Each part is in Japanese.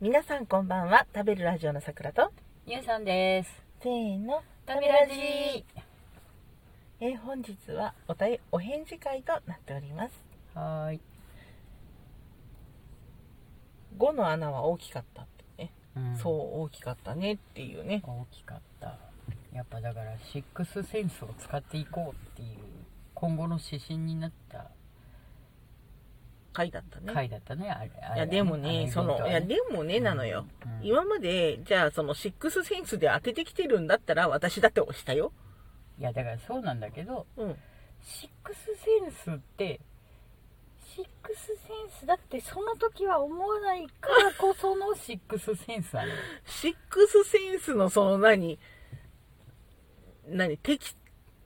皆さんこんばんは食べるラジオのさくらとゆうさんです。せーの食べラジえー本日はおたえお返事会となっておりますはーい。 5の穴は大きかったってね、うんそう大きかったねっていうね大きかった。やっぱだから、シックスセンスを使っていこうっていう、今後の指針になった回だったね回だったね、あれ。あいれやでもあイベねントそはのいやでもねなのよ、うん今までじゃあそのシックスセンスで当ててきてるんだったら私だって押したよいやだからそうなんだけど、うんシックスセンスって、シックスセンスだってその時は思わないからこそのシックスセンスなのよ。シックスセンスのその何何適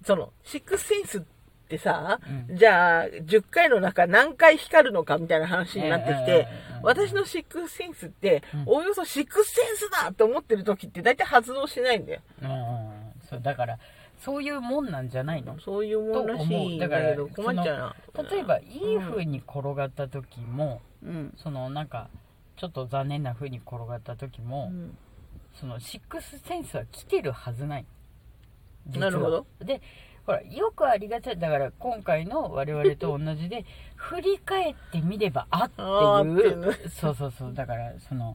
そのシックスセンスってさ、 うんじゃあ10回の中何回光るのかみたいな話になってきて、うんうんうん私のシックスセンスって、うんおおよそシックスセンスだと思ってる時って大体発動しないんだよ、うんうんうん。そう、だから、そういうもんなんじゃないのそういうもんらしとい思んうだだけからど困っちゃうな例えばいい風に転がった時も、うんそのなんかちょっと残念な風に転がった時うも、んそのシックスセンスは来てるはずない実はなるほどでほらよくありがちだから今回の我々と同じ で振り返ってみればあってあーっていいううそうそうそうだからその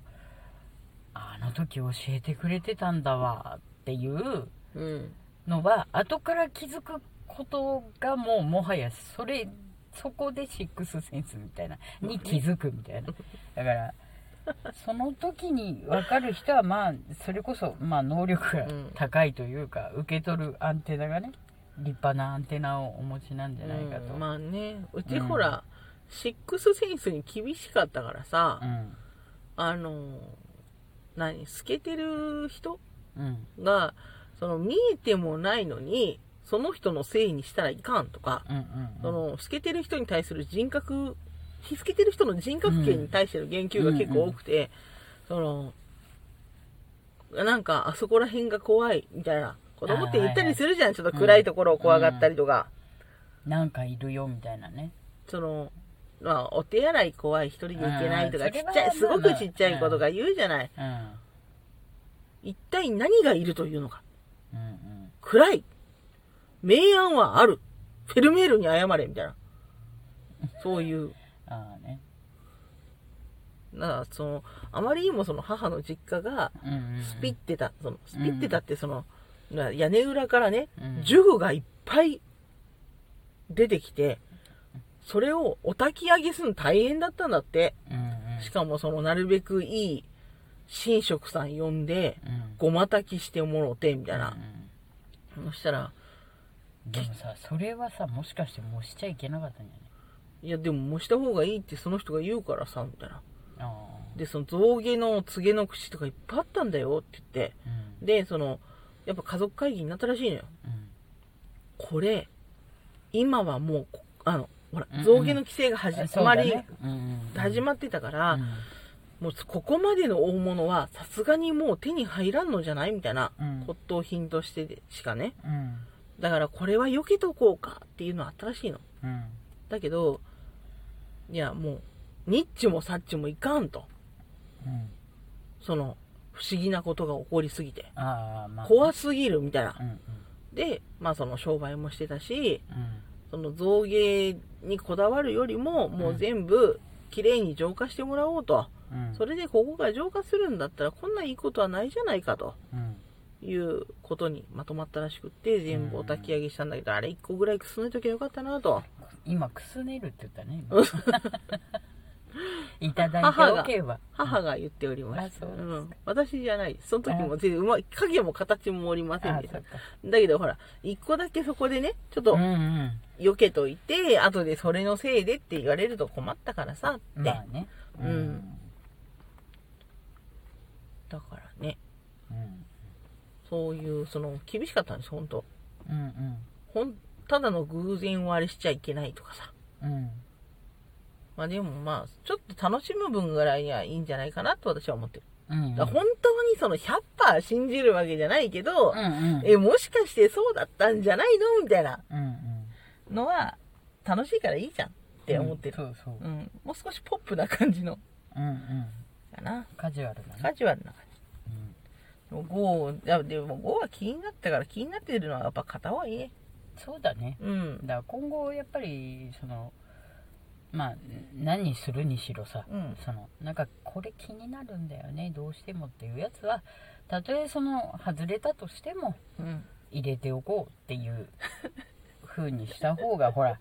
あの時教えてくれてたんだわっていううんのは後から気づくことがもうもはやそれそこでシックスセンスみたいなに気づくみたいなだからその時に分かる人はまあそれこそまあ能力が高いというか、受け取るアンテナがね立派なアンテナをお持ちなんじゃないかと、うんまあねうちほら、シックスセンスに厳しかったからさ、うんあの、何、透けてる人うんが、その見えてもないのに、その人のせいにしたらいかんとか、うんうんその透けてる人に対する人格、気付けてる人の人格権に対しての言及が結構多くて、その、なんか、あそこら辺が怖い、みたいな。子供って言ったりするじゃん、ちょっと暗いところを怖がったりとか。なんかいるよみたいなねその、まあ、お手洗い怖い、一人で行けないとうか、んちそれっはちゃい、すまあごまあくちっちゃい子とか言うじゃない。うん一体何がいるというのか。うんうん暗い。明暗はある。フェルメールに謝れ、みたいな。そういう。ああねなあ、その、あまりにもその母の実家が、うんうんうんスピってた、その、スピってたってその、な屋根裏からねう、ん塾がいっぱい出てきて、それをお焚き上げするの大変だったんだって。うんしかもその、なるべくいい、神職さん呼んで、うんうんごま焚きしてもろて、みたいなう。んそしたら、でもさそれはさもしかしてもうしちゃいけなかったんじゃいや、でも模した方がいいってその人が言うからさ、みたいな。ないあで、その象牙の告げの口とかいっぱいあったんだよって言って。あうんで、その、やっぱ家族会議になったらしいのよ。うんこれ、今はもう、こあの、ほらうんう、ん象牙の規制が始そうまだり、ねうんうんうん始まってたから、うんもうここまでの大物はさすがにもう手に入らんのじゃないみたいなうん骨董品としてしかね。うんだからこれは避けとこうかっていうのあったらしいの。うんだけど、いや、もう、ニッチもサッチもいかんと。うんその、不思議なことが起こりすぎて。ああまあ怖すぎるみたいなう。んうんで、まあその商売もしてたし、うんその造芸にこだわるよりも、もう全部、綺麗に浄化してもらおうと。うんそれでここが浄化するんだったら、こんないいことはないじゃないかとうんいうことにまとまったらしくって、全部お焚き上げしたんだけど、あれ一個ぐらいくすねときゃよかったなと。今くすねるって言っ たね今いただいておけば母が言っておりました。あそううですかん。私じゃないです。その時も全然うまい、影も形もおりませんあでしそたっ。かだけどほら、一個だけそこでね、ちょっとうんうん避けといて、後でそれのせいでって言われると困ったからさって。まあねうんうんだからね、うんそういう、その、厳しかったんです、本当うんほん、ただの偶然をあれしちゃいけないとかさ。うんまあでもまあ、ちょっと楽しむ分ぐらいにはいいんじゃないかなと私は思ってる。うんだから本当にその100%信じるわけじゃないけど、うんうんえ、もしかしてそうだったんじゃないのみたいなうんうんのは、楽しいからいいじゃんって思ってる。うんそうそううん、もう少しポップな感じのうんうんかな。カジュアルなねカジュアルな感うんじ。でも5、いやでも5は気になったから気になってるのはやっぱ片方がいいね。そうだねうんだ。から今後やっぱりそのまあ何するにしろさ、うんそのなんかこれ気になるんだよねどうしてもっていうやつはたとえその外れたとしてもうん。入れておこうっていう 風にした方がほら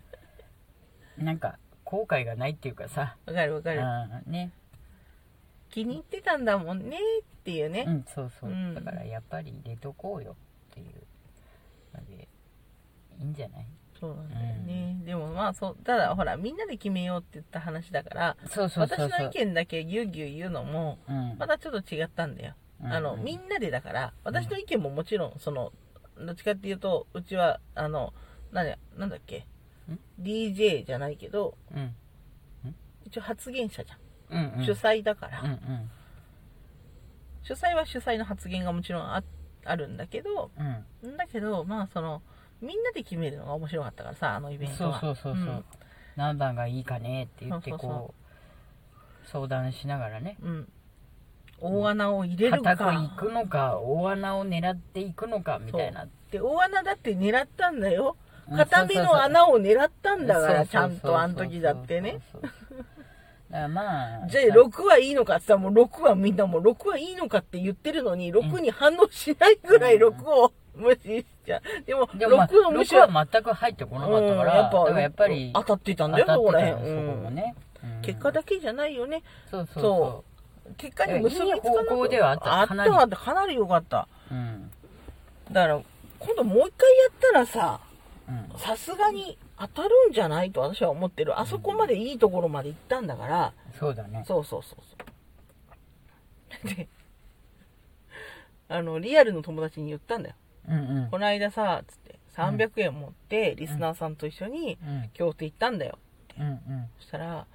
なんか後悔がないっていうかさ、わかるわかる。あーね気に入ってたんだもんねっていうねう。んそうそう、うんだからやっぱり入れとこうよっていうのでいいんじゃないそうなんだよね。でもまあそう、ただほら、みんなで決めようって言った話だから、そうそうそうそう私の意見だけぎゅうぎゅう言うのも、うんまたちょっと違ったんだよ。うんあの、みんなでだから、私の意見ももちろん、その、どっちかっていうと、うちは、あの、なんだなんだっけん、 DJ じゃないけど、うん一応発言者じゃうんうんん。主催だから、うんうん主催は主催の発言がもちろんああるんだけど、うんだけど、まあその、みんなで決めるのが面白かったからさ、あのイベントそうは。そうそうそう、ん何番がいいかねって言ってそこううそうそ相談しながらねうん。大穴を入れるか。片く行くのか大穴を狙っていくのかみたいなで、大穴だって狙ったんだよ。うん片目の穴を狙ったんだから、ちそゃうそんうそうとあの時だってね。そうそうそうだからまあじゃさあ6はいいのかって言ったらもう6はみんなもう6はいいのかって言ってるのに6に反応しないぐらい6を無視しちゃう。でもでも、まあ、 6は無視6は全く入ってこなかったから、だからやっぱり当たってたんだよ、そ当こたらってた辺。ようそこもんね、うん結果だけじゃないよね。そうそそ。うそう結果に結びつかなかいい方向ではあったあったかなりあったかなり良かった。ううんだから、今度もう一回やったらさ、うんさすがに当たるんじゃないと私は思ってる。あそこまでいいところまで行ったんだから、そうだねそうそうそうそう。で、あの、リアルの友達に言ったんだよ。うんうんこの間さ、つって、300円持って、リスナーさんと一緒に、うん京都行ったんだよ。うんそしたら、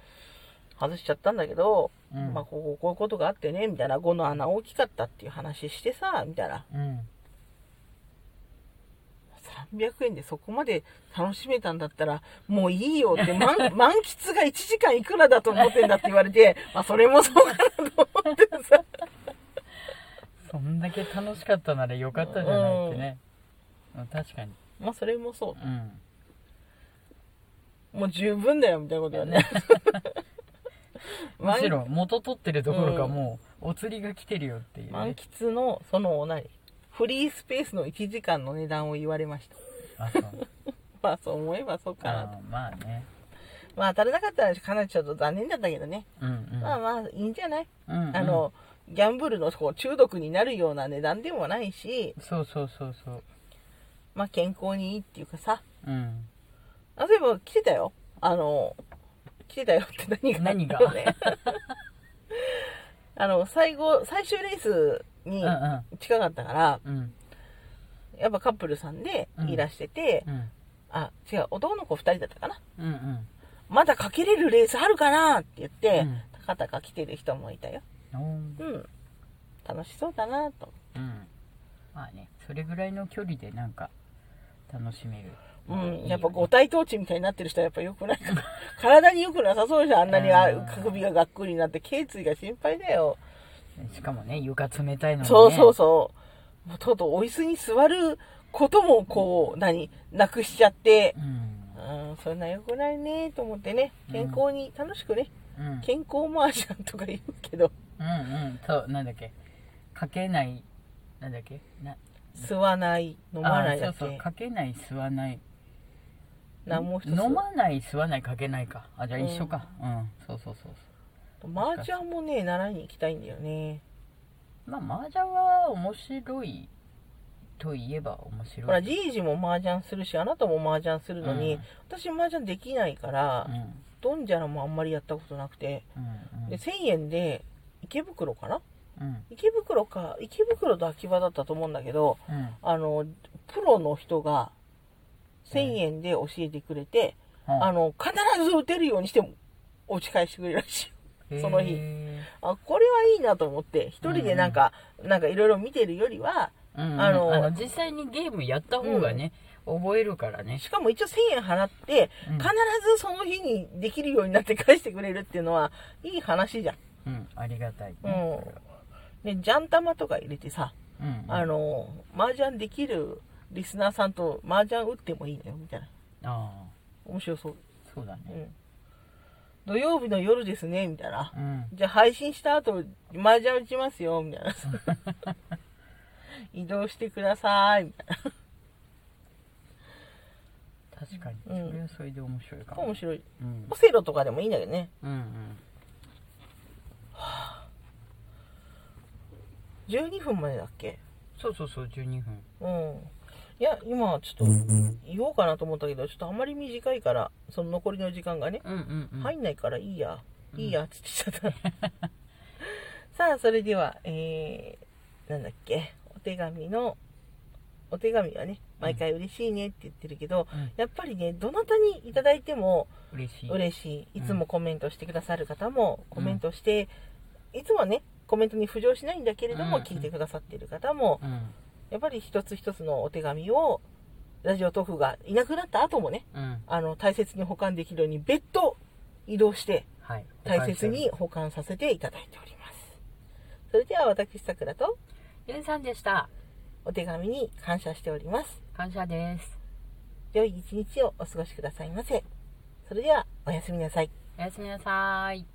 外しちゃったんだけど、うんまあ、こう、こういうことがあってね、みたいな、5の穴大きかったっていう話してさ、みたいな。うんうん300円でそこまで楽しめたんだったら、もういいよって、満 満喫が1時間いくらだと思ってんだって言われて、まあそれも そうかなと思ってさ、そんだけ楽しかったならよかったじゃないってね、うん確かにまあそれもそうんう。もう十分だよみたいなことは ね。む満しろ元取ってるどころかもうお釣りが来てるよっていう、満ね、喫の、その、何フリースペースの1時間の値段を言われました。あそうまあそう思えばそうかなと。あまあねまあ当たらなかったらかなりちょっと残念だったけどね。うんうん、まあまあいいんじゃないうんうんあの、ギャンブルのこう中毒になるような値段でもないし、そうそうそうそうまあ、健康にいいっていうかさ。うんあ、そういえば来てたよ。あの、来てたよって何が何が あの、最後、最終レースにうんうん近かったから、うんやっぱカップルさんでいらしてて、うんあ、違う、男の子二人だったかな。うんうんまだかけれるレースあるかなって言って、うん高々来てる人もいたよ。おーうん。楽しそうだなと。うんまあねそれぐらいの距離でなんか楽しめるうん、やっぱ五ご体統治みたいになってる人はやっぱ良くない体に良くなさそうじゃん。あんなにあうん手首ががっくりになって、頸椎が心配だよ。しかもね床冷たいのに、ね、そうそうそう。もうとうとうお椅子に座ることもこう、何、なくしちゃってう、んうん、そんな良くないねと思ってね、健康に、楽しくね、うん健康マージャンとか言うけど、うんうんそうなんだっけかけないなんだっけな吸わない、飲まないだあっーそうそうけ、かけない吸わない何も一つ。飲まない吸わないかけないかあじゃあ一緒かうん、そうそうそうそマージャンもね、習いに行きたいんだよね。うまあ麻雀は面白いといえば面白いほら、じいじもマージャンするし、あなたもマージャンするのに、うん私マージャンできないからうん、うんドンジャラもあんまりやったことなくて、うんで、1000円で、池袋かなうん池袋か、池袋と秋葉だったと思うんだけど、うんあの、プロの人が1000円で教えてくれて、あの、必ず打てるようにしても、お打ち返してくれるらしいよ。その日へあ、これはいいなと思って、一人でなんか、なんかいろいろ見てるよりは、ーうんうんああのの実際にゲームやった方がね、覚えるからねしかも一応1000円払って、うん必ずその日にできるようになって返してくれるっていうのは、いい話じゃん。うん、ありがたい、ねうんね、ジャン玉とか入れてさ、うんあの、麻雀できるリスナーさんと麻雀打ってもいいのよ、みたいな。あ面白そう。ーそうだうねん。土曜日の夜ですね、みたいな。うんじゃあ配信した後、麻雀打ちますよ、みたいな。移動してください、みたい確かにそうんれはそれで面白いかな。も、面白い。うんオセロとかでもいいんだけどね。うんうん12分までだっけそうそうそう12分うん。いや、今ちょっと言おうかなと思ったけど、ちょっとあまり短いから、その残りの時間がね、うんうんうん入んないからいいや、いいや、つって言っちゃった。 さあ、それでは、えー、なんだっけ、お手紙の、お手紙はね、毎回嬉しいねって言ってるけど、うんやっぱりね、どなたにいただいても嬉しい嬉しい。いつもコメントしてくださる方もコメントして、いつもはね、コメントに浮上しないんだけれども、うん聞いてくださっている方も、うんやっぱり一つ一つのお手紙を、ラジオトークがいなくなった後もね、うんあの、大切に保管できるように別途移動して、はい大切に保管させていただいております。それでは私、さくらとゆんさんでしたお手紙に感謝しております。感謝です良い一日をお過ごしくださいませ。それでは、おやすみなさい。おやすみなさい